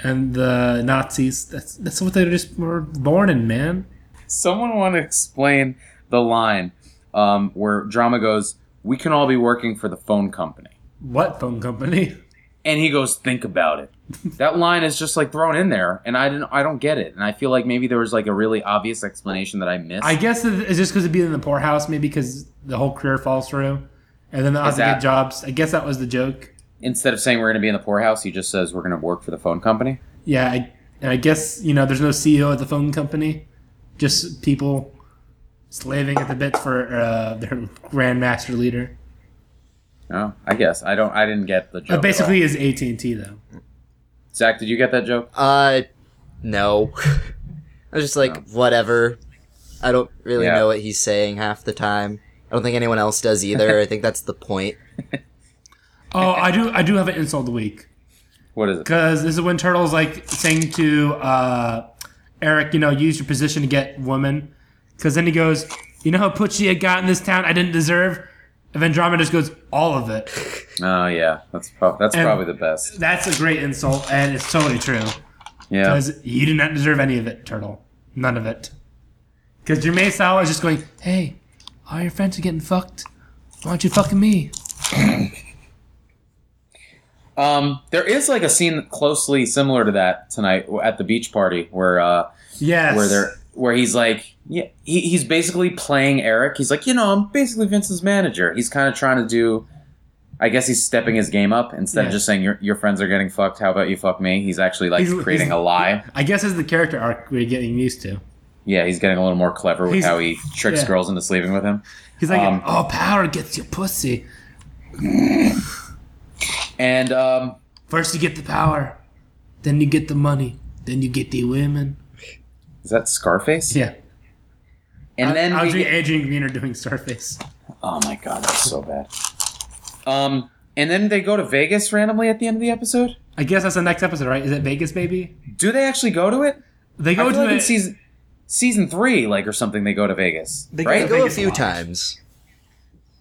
A: And the Nazis. That's that's what they just were born in, man.
B: Someone want to explain the line um, where drama goes, "We can all be working for the phone company,"
A: What phone company? (laughs)
B: and he goes, "Think about it." that line is just like thrown in there, and I didn't I don't get it, and I feel like maybe there was like a really obvious explanation that I missed.
A: I guess it- it's just because it'd be in the poorhouse, maybe because the whole career falls through, and then the Nazis
B: that-
A: get jobs. I guess that was the joke.
B: Instead of saying we're going to be in the poorhouse, he just says we're going to work for the phone company.
A: Yeah, I, and I guess you know there's no CEO at the phone company, just people slaving at the bits for uh, their (laughs) grandmaster leader.
B: No, I guess I don't. I didn't get the joke.
A: Uh,
B: at all.
A: basically, is AT and T though.
B: Zach, did you get that joke?
C: Uh, no. (laughs) I was just like, whatever. I don't really
B: Yeah.
C: know what he's saying half the time. I don't think anyone else does either. I think that's the point.
A: Oh, I do. I do have an insult of the week.
B: What is it?
A: Because this is when Turtle's like saying to uh, Eric, you know, use your position to get woman. Because then he goes, you know how putchy I got in this town I didn't deserve? And Andromeda just goes, all of it.
B: Oh yeah, that's pro- that's
A: And-
B: probably the best.
A: That's a great insult, and it's totally true.
B: Yeah,
A: Because you do not deserve any of it, Turtle. None of it. Because your Sawa is just going, hey, all your friends are getting fucked. Why don't you fucking me?
B: Um, there is like a scene closely similar to that tonight w- at the beach party where uh,
A: Yes.
B: where they're where he's like yeah he, he's basically playing Eric. He's like you know I'm basically Vincent's manager. He's kind of trying to do. I guess he's stepping his game up instead
A: Yeah.
B: of just saying your your friends are getting fucked. How about you fuck me? He's actually like
A: He's-
B: creating
A: he's-
B: a lie.
A: I guess it's the character arc we're getting used to.
B: Yeah, he's getting a little more clever with
A: He's-
B: how he tricks
A: yeah.
B: girls into sleeping with him.
A: He's like,
B: Um,
A: oh, power gets you pussy.
B: And um,
A: First you get the power, then you get the money, then you get the women.
B: is that Scarface?
A: Yeah.
B: And then we
A: Audrey
B: get-
A: Adrian Greener doing Starface.
B: Oh my god, that's so bad. Um, and then they go to Vegas randomly at the end of the episode.
A: I guess that's the next episode, right? Is it Vegas, baby?
B: Do they actually go to it?
A: They
B: I
A: go
B: feel
A: to
B: like in
A: it.
B: season season three, like or something, they go to Vegas,
A: They go
B: right?
C: I
A: to-
C: go a
A: Vegas
C: few
A: Live.
C: times.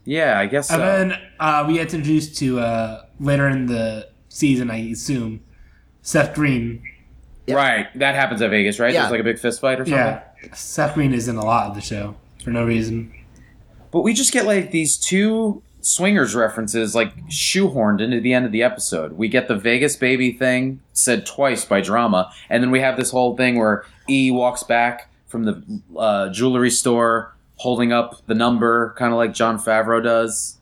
B: yeah, I guess so.
A: and then uh, we get introduced to uh, later in the season, I assume, Seth Green.
B: Right, that happens at Vegas, right?
C: Yeah.
B: There's like a big fist fight or something.
A: Yeah, Seth Green is in a lot of the show for no reason.
B: But we just get like these two swingers references, like shoehorned into the end of the episode. We get the Vegas baby thing said twice by drama, and then we have this whole thing where E walks back from the uh, jewelry store holding up the number, kind of like John Favreau does.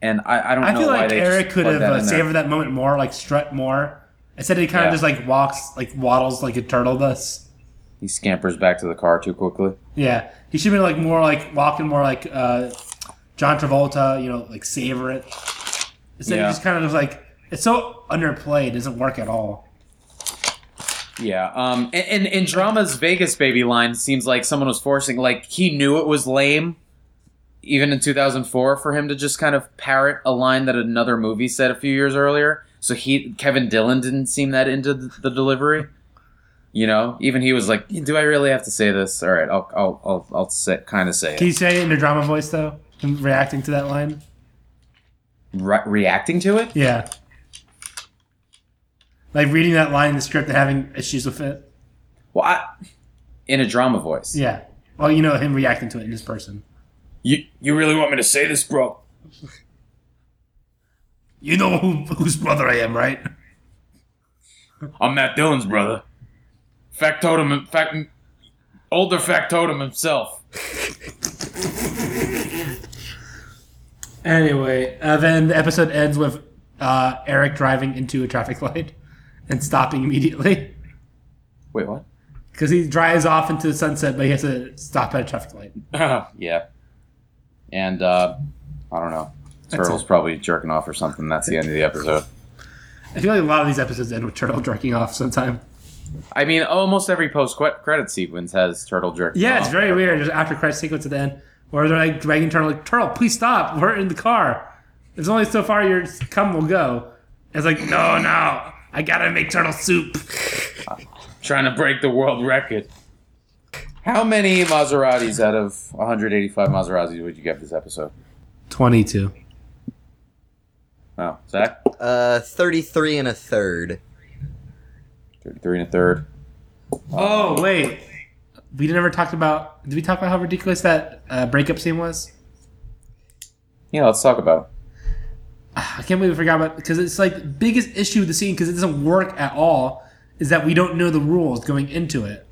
B: And I, I don't
A: I
B: know
A: feel
B: why
A: like
B: they just
A: Eric could have
B: plugged that
A: uh,
B: in there.
A: savored that moment more, like strut more. Instead, he kind of
B: Yeah.
A: just like walks, like waddles like a turtle does.
B: He scampers back to the car too quickly.
A: Yeah, he should be like more like walking more like uh, John Travolta, you know, like savor it. Instead,
B: Yeah.
A: he just kind of just like it's so underplayed, it doesn't work at all.
B: Yeah. Um. And, and and drama's Vegas baby line seems like someone was forcing. Like he knew it was lame, even in 2004, for him to just kind of parrot a line that another movie said a few years earlier. So he Kevin Dillon didn't seem that into the, the delivery. You know, even he was like, "Do I really have to say this?" All right, I'll I'll I'll, I'll say, kind of say
A: Can
B: it.
A: you say it in your drama voice though? Him reacting to that line?
B: Re- reacting to it.
A: Yeah. Like reading that line in the script and having issues with it.
B: Well, I, in a drama voice.
A: Yeah. Well, you know him reacting to it in his person.
B: You you really want me to say this, bro?
A: You know who, whose brother I am, right?
B: I'm Matt Dillon's brother. Factotum, fact, older factotum himself.
A: Anyway, uh, then the episode ends with uh, Eric driving into a traffic light and stopping immediately
B: Wait, (laughs) what?
A: because he drives off into the sunset, but he has to stop at a traffic light.
B: yeah. And, uh, I don't know. Turtle's probably jerking off or something. That's the end of the episode.
A: I feel like a lot of these episodes end with Turtle jerking off sometime.
B: I mean, almost every post credit sequence has Turtle jerking
A: Yeah,
B: off.
A: it's very weird. Just after credit sequence at the end, where they're like dragging Turtle, like Turtle, please stop. We're in the car. There's only so far your cum will go. It's like no, no, I gotta make turtle soup.
B: Trying to break the world record. How many Maseratis out of 185 Maseratis would you get this episode?
A: Twenty-two.
B: Oh, Zach?
C: Uh, 33 and a third.
B: 33 and a third.
A: Oh wait, we never talked about. Did we talk about how ridiculous that uh, breakup scene was?
B: Yeah, let's talk about it.
A: I can't believe I forgot about because it's like the biggest issue with the scene because it doesn't work at all is that we don't know the rules going into it.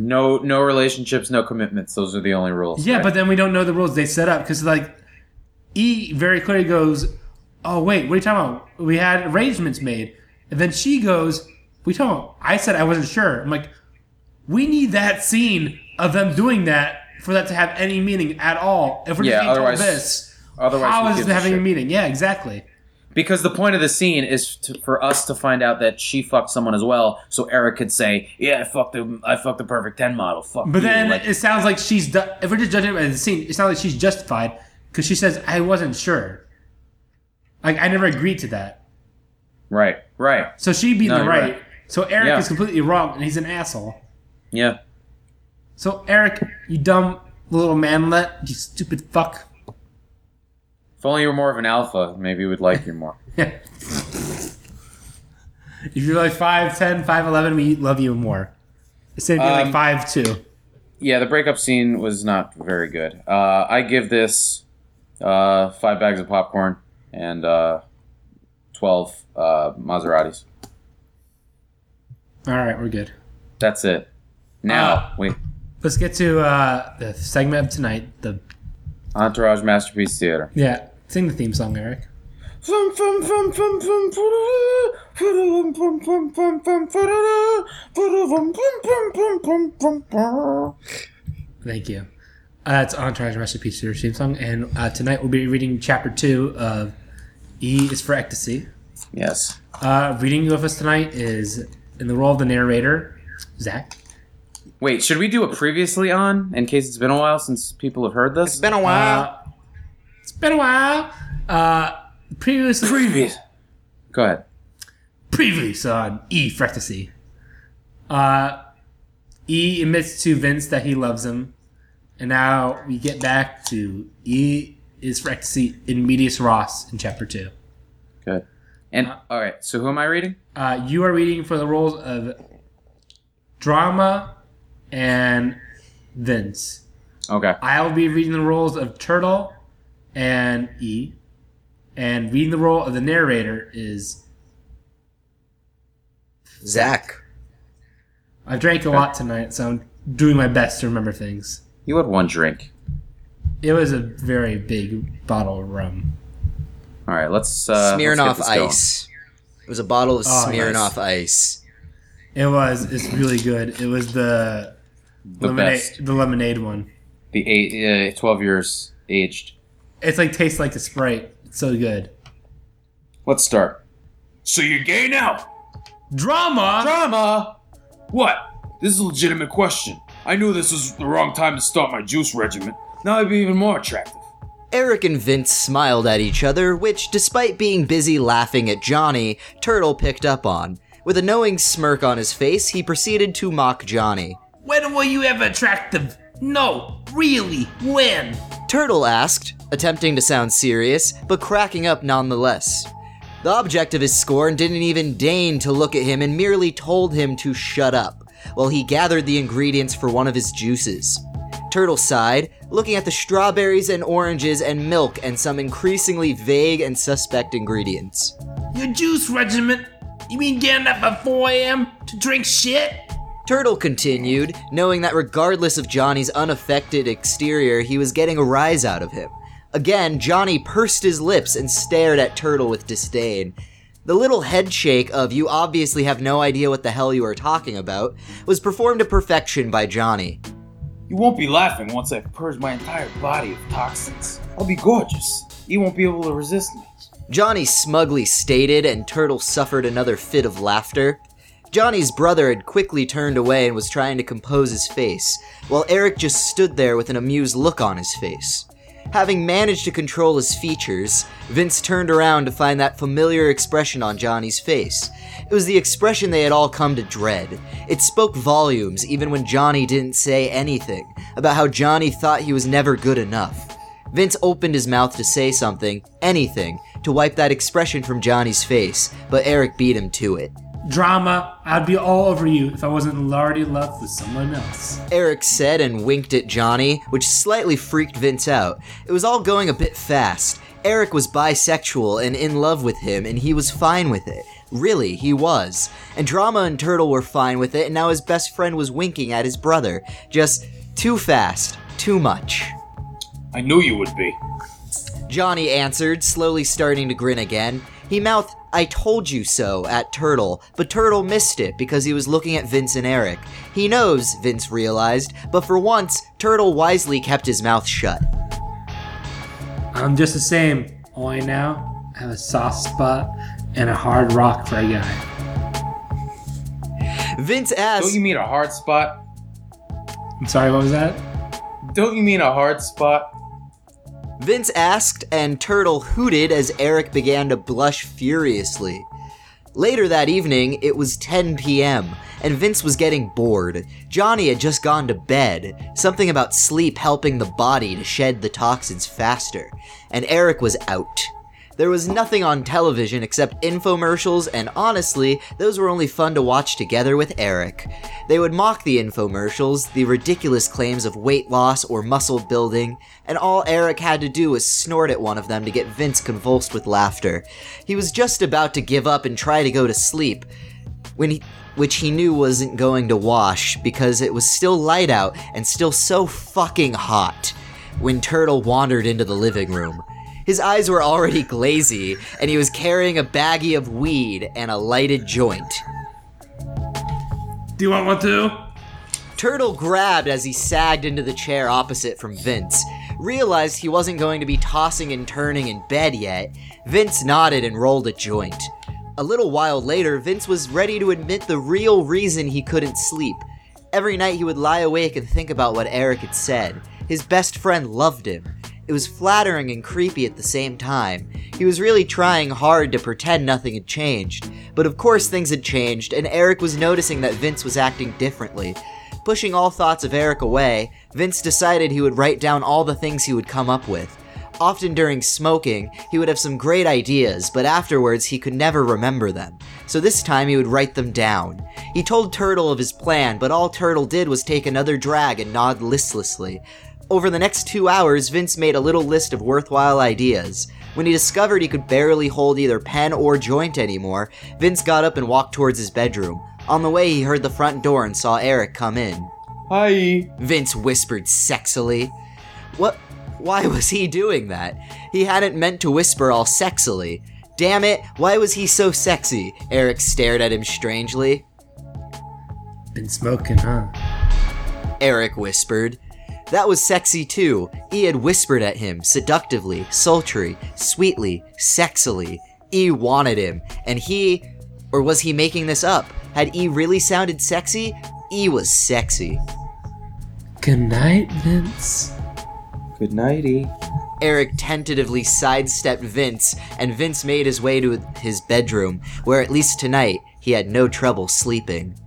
B: No, no relationships, no commitments. Those are the only rules.
A: Yeah,
B: right?
A: but then we don't know the rules they set up because like E very clearly goes, "Oh wait, what are you talking about? We had arrangements made," and then she goes, "We talking about?" I said I wasn't sure. I'm like, we need that scene of them doing that for that to have any meaning at all. If we're
B: Yeah,
A: just being told
B: otherwise-
A: this,
B: otherwise
A: how
B: who
A: is it
B: gives a
A: having a
B: shit?
A: meaning? Yeah, exactly.
B: Because the point of the scene is to, for us to find out that she fucked someone as well, so Eric could say, "Yeah, I fucked the I fucked the perfect ten model." Fuck.
A: But
B: you,"
A: then
B: like,
A: it sounds like she's. Ju- if we're just judging it by the scene, it sounds like she's justified because she says, "I wasn't sure." Like I never agreed to that,
B: right, right,
A: so she being
B: No,
A: the
B: you're
A: right.
B: right.
A: So Eric
B: Yeah.
A: is completely wrong, and he's an asshole.
B: yeah.
A: So Eric, you dumb little manlet, you stupid fuck. (laughs)
B: If only you were more of an alpha, maybe we'd like you more. (laughs)
A: if you're like 5'10", 5'11", we love you more. Instead of being
B: Um,
A: like 5'2".
B: yeah, the breakup scene was not very good. Uh, I give this uh, five bags of popcorn and uh, twelve uh, Maseratis.
A: All right, we're good.
B: That's it. Now
A: Uh,
B: we
A: Let's get to uh, the segment of tonight. The
B: Entourage Masterpiece Theater.
A: yeah, sing the theme song, Eric. Thank you. Uh, that's Entourage Masterpiece Series theme song, and uh, tonight we'll be reading Chapter 2 of E is for Ecstasy.
B: Yes.
A: Uh, reading with us tonight is, in the role of the narrator, Zach.
B: Wait, should we do a previously on in case it's been a while since people have heard this?
C: It's been a while.
A: Uh, it's been a while. Uh, previously,
B: previous. Go ahead.
A: previous on E for Ecstasy. Uh, e admits to Vince that he loves him, and now we get back to E is for Ecstasy in Medias Ross in Chapter 2.
B: Good. And all right, so who am I reading?
A: Uh, you are reading for the roles of Drama and Vince.
B: Okay.
A: I'll be reading the roles of Turtle and E. And reading the role of the narrator is
C: Zach.
A: I've drank a lot tonight, so I'm doing my best to remember things.
B: You had one drink.
A: It was a very big bottle of rum.
B: All right, let's uh let's get
C: Smirnoff
B: this going.
C: Ice. It was a bottle of
A: Oh,
C: Smirnoff Ice.
A: It was. It's really good. It was the,
B: The
A: lemonade,
B: best.
A: the lemonade one.
B: The eight, uh, 12 years aged.
A: It's like tastes like a sprite. It's so good.
B: Let's start. So you're gay now?
A: Drama.
B: Drama! What? This is a legitimate question. I knew this was the wrong time to start my juice regimen. Now I'd be even more attractive.
C: Eric and Vince smiled at each other, which, despite being busy laughing at Johnny, Turtle picked up on. With a knowing smirk on his face, he proceeded to mock Johnny.
A: when were you ever attractive? No, really. When?
C: Turtle asked, attempting to sound serious, but cracking up nonetheless. The object of his scorn didn't even deign to look at him and merely told him to shut up, while he gathered the ingredients for one of his juices. Turtle sighed, looking at the strawberries and oranges and milk and some increasingly vague and suspect ingredients.
A: Your juice regiment? You mean getting up at 4 a.m. to drink shit?
C: Turtle continued, knowing that regardless of Johnny's unaffected exterior, he was getting a rise out of him. Again, Johnny pursed his lips and stared at Turtle with disdain. The little head shake of you obviously have no idea what the hell you are talking about was performed to perfection by Johnny.
B: You won't be laughing once I've purged my entire body of toxins. I'll be gorgeous. You won't be able to resist me.
C: Johnny smugly stated, and Turtle suffered another fit of laughter. Johnny's brother had quickly turned away and was trying to compose his face, while Eric just stood there with an amused look on his face. Having managed to control his features, Vince turned around to find that familiar expression on Johnny's face. It was the expression they had all come to dread. It spoke volumes, even when Johnny didn't say anything, about how Johnny thought he was never good enough. Vince opened his mouth to say something, anything, to wipe that expression from Johnny's face, but Eric beat him to it.
A: Drama, I'd be all over you if I wasn't already in love with someone else.
C: Eric said and winked at Johnny, which slightly freaked Vince out. It was all going a bit fast. Eric was bisexual and in love with him, and he was fine with it. Really, he was. And Drama and Turtle were fine with it, and now his best friend was winking at his brother. Just too fast, too much.
D: I knew you would be.
C: Johnny answered, slowly starting to grin again. He mouthed, I told you so, at Turtle, but Turtle missed it because he was looking at Vince and Eric. He knows, Vince realized, but for once, Turtle wisely kept his mouth shut.
A: I'm just the same, only now I have a soft spot and a hard rock for a guy.
C: Vince
B: Don't
C: asked,
B: you mean a hard spot?
A: I'm sorry, what was that?
B: Don't you mean a hard spot?
C: Vince asked, and Turtle hooted as Eric began to blush furiously. Later that evening, it was 10 p.m., and Vince was getting bored. Johnny had just gone to bed, something about sleep helping the body to shed the toxins faster, and Eric was out. There was nothing on television except infomercials, and honestly, those were only fun to watch together with Eric. They would mock the infomercials, the ridiculous claims of weight loss or muscle building, and all Eric had to do was snort at one of them to get Vince convulsed with laughter. He was just about to give up and try to go to sleep when he which he knew wasn't going to wash because it was still light out and still so fucking hot when Turtle wandered into the living room. His eyes were already glazy, and he was carrying a baggie of weed and a lighted joint.
A: Do you want one too?
C: Turtle grabbed as he sagged into the chair opposite from Vince. Realized he wasn't going to be tossing and turning in bed yet, Vince nodded and rolled a joint. A little while later, Vince was ready to admit the real reason he couldn't sleep. Every night he would lie awake and think about what Eric had said. His best friend loved him. It was flattering and creepy at the same time. He was really trying hard to pretend nothing had changed. But of course, things had changed, and Eric was noticing that Vince was acting differently. Pushing all thoughts of Eric away, Vince decided he would write down all the things he would come up with. Often during smoking, he would have some great ideas, but afterwards he could never remember them. So this time he would write them down. He told Turtle of his plan, but all Turtle did was take another drag and nod listlessly. Over the next two hours, Vince made a little list of worthwhile ideas. When he discovered he could barely hold either pen or joint anymore, Vince got up and walked towards his bedroom. On the way, he heard the front door and saw Eric come in.
B: Hi.
C: Vince whispered sexily. What? Why was he doing that? He hadn't meant to whisper all sexily. Damn it, why was he so sexy? Eric stared at him strangely.
A: Been smoking, huh?
C: Eric whispered. That was sexy too. E had whispered at him, seductively, sultry, sweetly, sexily. E wanted him, and he. Or was he making this up? Had E really sounded sexy? E was sexy.
A: Good night, Vince.
B: Good nighty.
C: Eric tentatively sidestepped Vince, and Vince made his way to his bedroom, where at least tonight he had no trouble sleeping.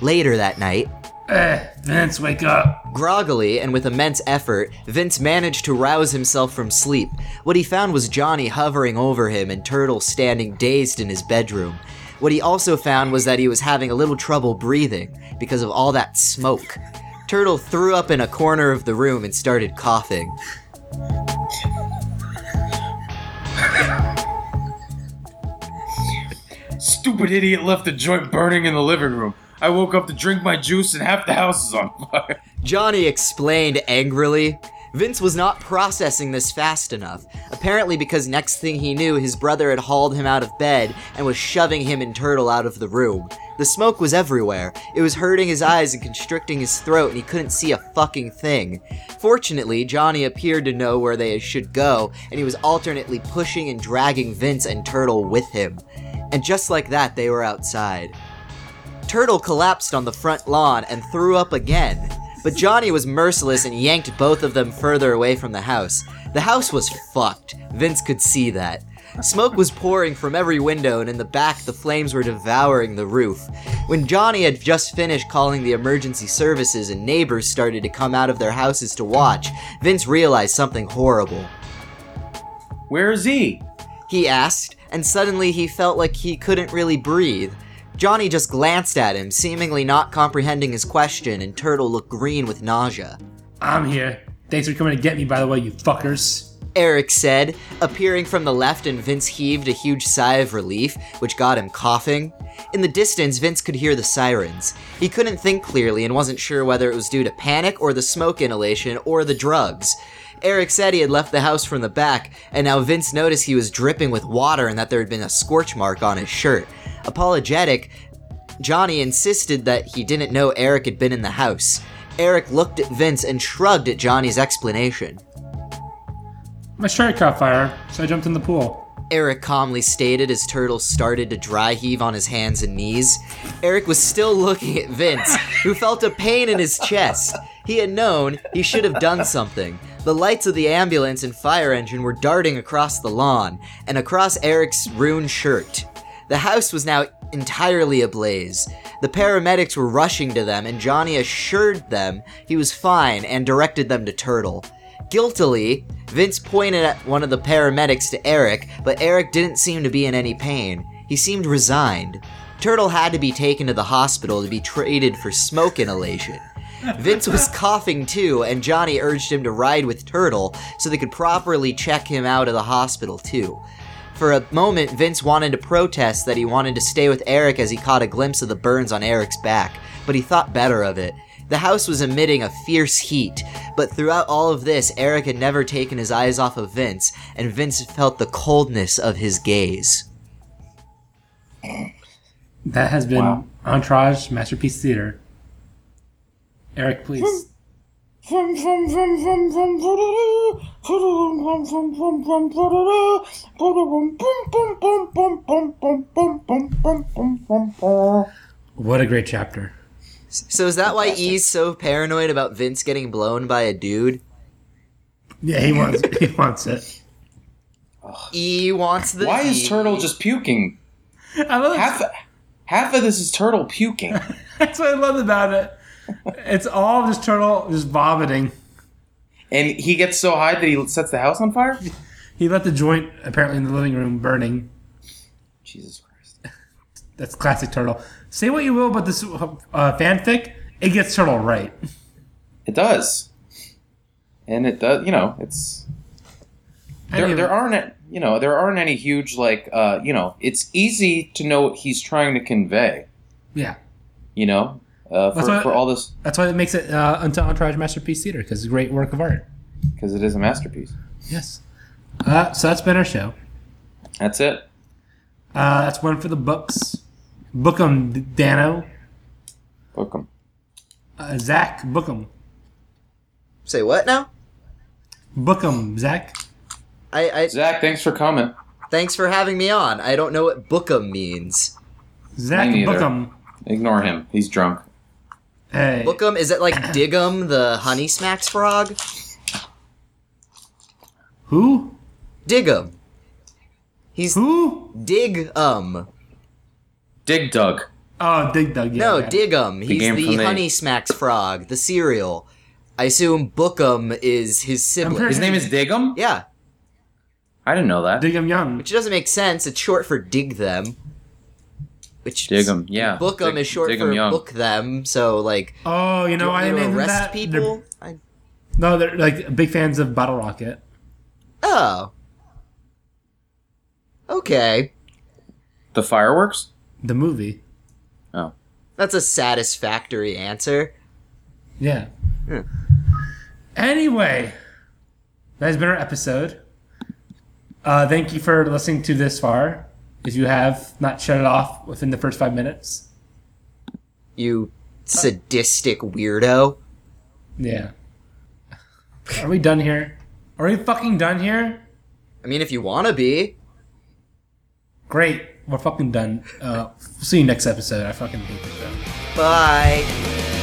C: Later that night,
A: Eh, Vince, wake up.
C: groggily and with immense effort, Vince managed to rouse himself from sleep. What he found was Johnny hovering over him and Turtle standing dazed in his bedroom. What he also found was that he was having a little trouble breathing because of all that smoke. Turtle threw up in a corner of the room and started coughing.
B: Stupid idiot left the joint burning in the living room. I woke up to drink my juice and half the house is on fire. (laughs)
C: Johnny explained angrily. Vince was not processing this fast enough, apparently because next thing he knew, his brother had hauled him out of bed and was shoving him and Turtle out of the room. The smoke was everywhere. It was hurting his eyes and constricting his throat, and he couldn't see a fucking thing. Fortunately, Johnny appeared to know where they should go, and he was alternately pushing and dragging Vince and Turtle with him. And just like that, they were outside. Turtle collapsed on the front lawn and threw up again. But Johnny was merciless and yanked both of them further away from the house. The house was fucked. Vince could see that. Smoke was pouring from every window, and in the back, the flames were devouring the roof. When Johnny had just finished calling the emergency services and neighbors started to come out of their houses to watch, Vince realized something horrible.
B: Where is he?
C: He asked, and suddenly he felt like he couldn't really breathe. Johnny just glanced at him, seemingly not comprehending his question, and Turtle looked green with nausea.
A: I'm here. Thanks for coming to get me, by the way, you fuckers.
C: Eric said, appearing from the left, and Vince heaved a huge sigh of relief, which got him coughing. In the distance, Vince could hear the sirens. He couldn't think clearly and wasn't sure whether it was due to panic or the smoke inhalation or the drugs. Eric said he had left the house from the back, and now Vince noticed he was dripping with water and that there had been a scorch mark on his shirt. Apologetic, Johnny insisted that he didn't know Eric had been in the house. Eric looked at Vince and shrugged at Johnny's explanation.
A: My shirt caught fire, so I jumped in the pool.
C: Eric calmly stated as Turtle started to dry heave on his hands and knees. Eric was still (laughs) looking at Vince, who felt a pain in his chest. He had known he should have done something. The lights of the ambulance and fire engine were darting across the lawn and across Eric's ruined shirt. The house was now entirely ablaze. The paramedics were rushing to them, and Johnny assured them he was fine and directed them to Turtle. Guiltily, Vince pointed at one of the paramedics to Eric, but Eric didn't seem to be in any pain. He seemed resigned. Turtle had to be taken to the hospital to be treated for smoke inhalation. Vince was coughing too, and Johnny urged him to ride with Turtle so they could properly check him out of the hospital too. For a moment, Vince wanted to protest that he wanted to stay with Eric as he caught a glimpse of the burns on Eric's back, but he thought better of it. The house was emitting a fierce heat, but throughout all of this, Eric had never taken his eyes off of Vince, and Vince felt the coldness of his gaze.
A: That has been
B: Wow.
A: Entourage Masterpiece Theater. Eric, please. What a great chapter.
C: So is that why E's so paranoid about Vince getting blown by a dude?
A: Yeah, he wants he wants it.
C: E wants the
B: Why
C: D.
B: is Turtle just puking?
A: I love
B: Half, half of this is
A: (laughs)
B: Turtle puking.
A: that's what I love about it. It's all just turtle just vomiting.
B: And he gets so high that he sets the house on fire?
A: He left the joint apparently in the living room burning.
B: Jesus Christ.
A: That's classic turtle. Say what you will about this uh, fanfic, it gets turtle right.
B: It does. And it does, you know, it's.
A: I
B: There,
A: mean,
B: there aren't, you know, there aren't any huge, like, uh, you know, it's easy to know what he's trying to convey,
A: yeah.
B: you know, uh,
A: That's
B: for,
A: what-
B: for all this,
A: That's why it makes it uh, unto Entourage Masterpiece Theater because it's a great work of art.
B: because it is a masterpiece.
A: Yes. Uh, so that's been our show.
B: That's it.
A: Uh, that's one for the books. Bookum Dano.
B: Welcome.
A: Uh, Zach Bookum.
C: Say what now?
A: Bookum Zach.
C: I, I
B: Zach, thanks for coming.
C: thanks for having me on. I don't know what bookum means.
A: Zach
B: Me neither.
A: Bookum.
B: Ignore him. He's drunk.
A: Hey.
C: Bookum is it like Digum the Honey Smacks frog?
A: Who?
C: Digum. He's
A: Who?
C: Digum.
B: Dig Dug.
A: Oh, Dig Dug. Yeah,
C: No,
A: yeah.
C: Digum. He's
B: game
C: the
B: for me.
C: Honey Smacks frog, the cereal. I assume Bookum is his sibling.
A: pretty-
B: His name is Digum?
C: yeah,
B: I didn't know that.
A: Digum Young.
C: which doesn't make sense. It's short for dig them. Which
B: Digum, yeah.
C: Bookum
B: Dig-
C: is short
B: Digum
C: for
B: Young.
C: book them. So like,
A: oh, you
C: do you
A: know
C: want
A: why they
C: me to
A: named him
C: arrest
A: that?
C: people? I,
A: They're, no, they're like big fans of Bottle Rocket.
C: oh, okay.
B: The fireworks?
A: The movie.
B: Oh.
C: That's a satisfactory answer.
A: Yeah.
C: Yeah.
A: Anyway, that has been our episode. Uh, thank you for listening to this far. If you have not shut it off within the first five minutes,
C: you sadistic weirdo.
A: Yeah. Are we done here? Are we fucking done here?
C: I mean, if you want to be,
A: Great. We're fucking done. Uh, see you next episode. I fucking hate this show.
C: bye.